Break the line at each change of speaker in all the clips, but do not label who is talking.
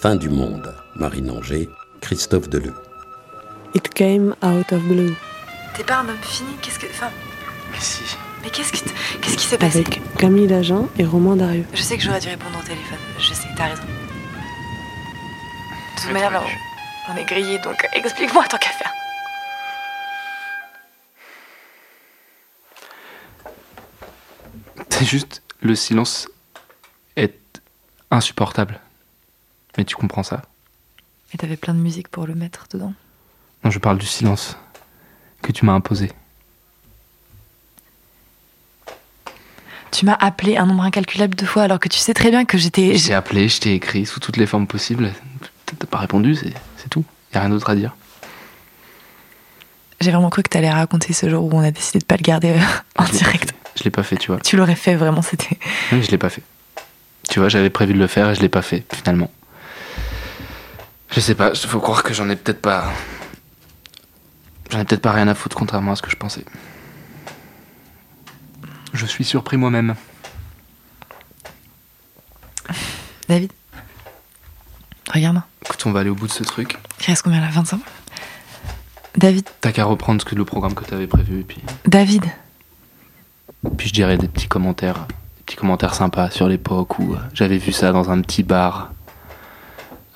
Fin du monde, Marine Anger, Christophe Deleu.
It came out of blue.
T'es pas un homme fini Qu'est-ce que. Enfin,
Mais si,
mais qu'est-ce qui, t- qu'est-ce qui s'est passé
Avec Camille Lajan et Romain Darieux.
Je sais que j'aurais dû répondre au téléphone. Je sais, t'as raison. De toute
Mais
manière,
t'aurais
là,
dû.
on est grillé, donc euh, explique-moi tant qu'à faire.
c'est juste le silence est insupportable. Mais tu comprends ça
Et t'avais plein de musique pour le mettre dedans.
Non, je parle du silence que tu m'as imposé.
Tu m'as appelé un nombre incalculable de fois alors que tu sais très bien que j'étais.
J'ai appelé, je t'ai écrit sous toutes les formes possibles. T'as- T'as pas répondu, c'est c'est tout. Y a rien d'autre à dire.
J'ai vraiment cru que t'allais raconter ce jour où on a décidé de pas le garder euh, en
Je l'ai pas
direct.
fait. Je l'ai pas fait, tu vois.
Tu l'aurais fait vraiment, c'était.
Non, mais je l'ai pas fait. Tu vois, j'avais prévu de le faire et je l'ai pas fait, finalement. Je sais pas, faut croire que j'en ai peut-être pas. J'en ai peut-être pas rien à foutre, contrairement à ce que je pensais. Je suis surpris moi-même.
David Regarde-moi.
Écoute, on va aller au bout de ce truc.
Il reste combien là 25 David,
T'as qu'à reprendre ce que le programme que t'avais prévu, et puis,
David,
puis je dirais des petits commentaires, des petits commentaires sympas sur l'époque où euh, j'avais vu ça dans un petit bar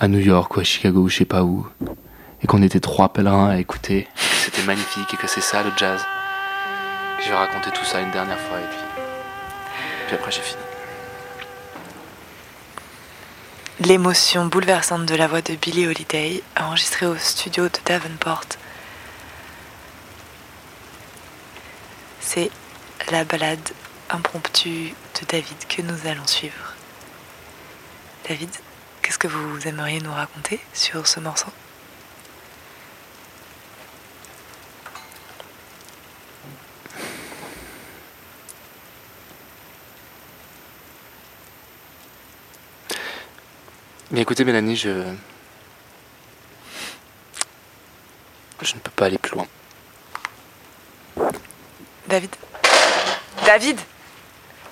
à New York ou à Chicago ou je sais pas où, et qu'on était trois pèlerins à écouter. que C'était magnifique et que c'est ça le jazz. Je vais raconter tout ça une dernière fois et puis, puis après j'ai fini.
L'émotion bouleversante de la voix de Billie Holiday, enregistrée au studio de Davenport. C'est la balade impromptue de David que nous allons suivre. David, qu'est-ce que vous aimeriez nous raconter sur ce morceau
Mais écoutez Mélanie, je... Je ne peux pas aller plus loin.
David David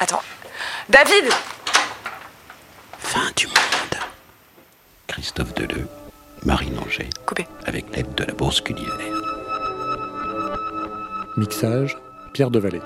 Attends. David
Fin du monde. Christophe Deleu, Marine Anger,
Coupé.
avec l'aide de la Bourse culinaire.
Mixage, Pierre Devalet.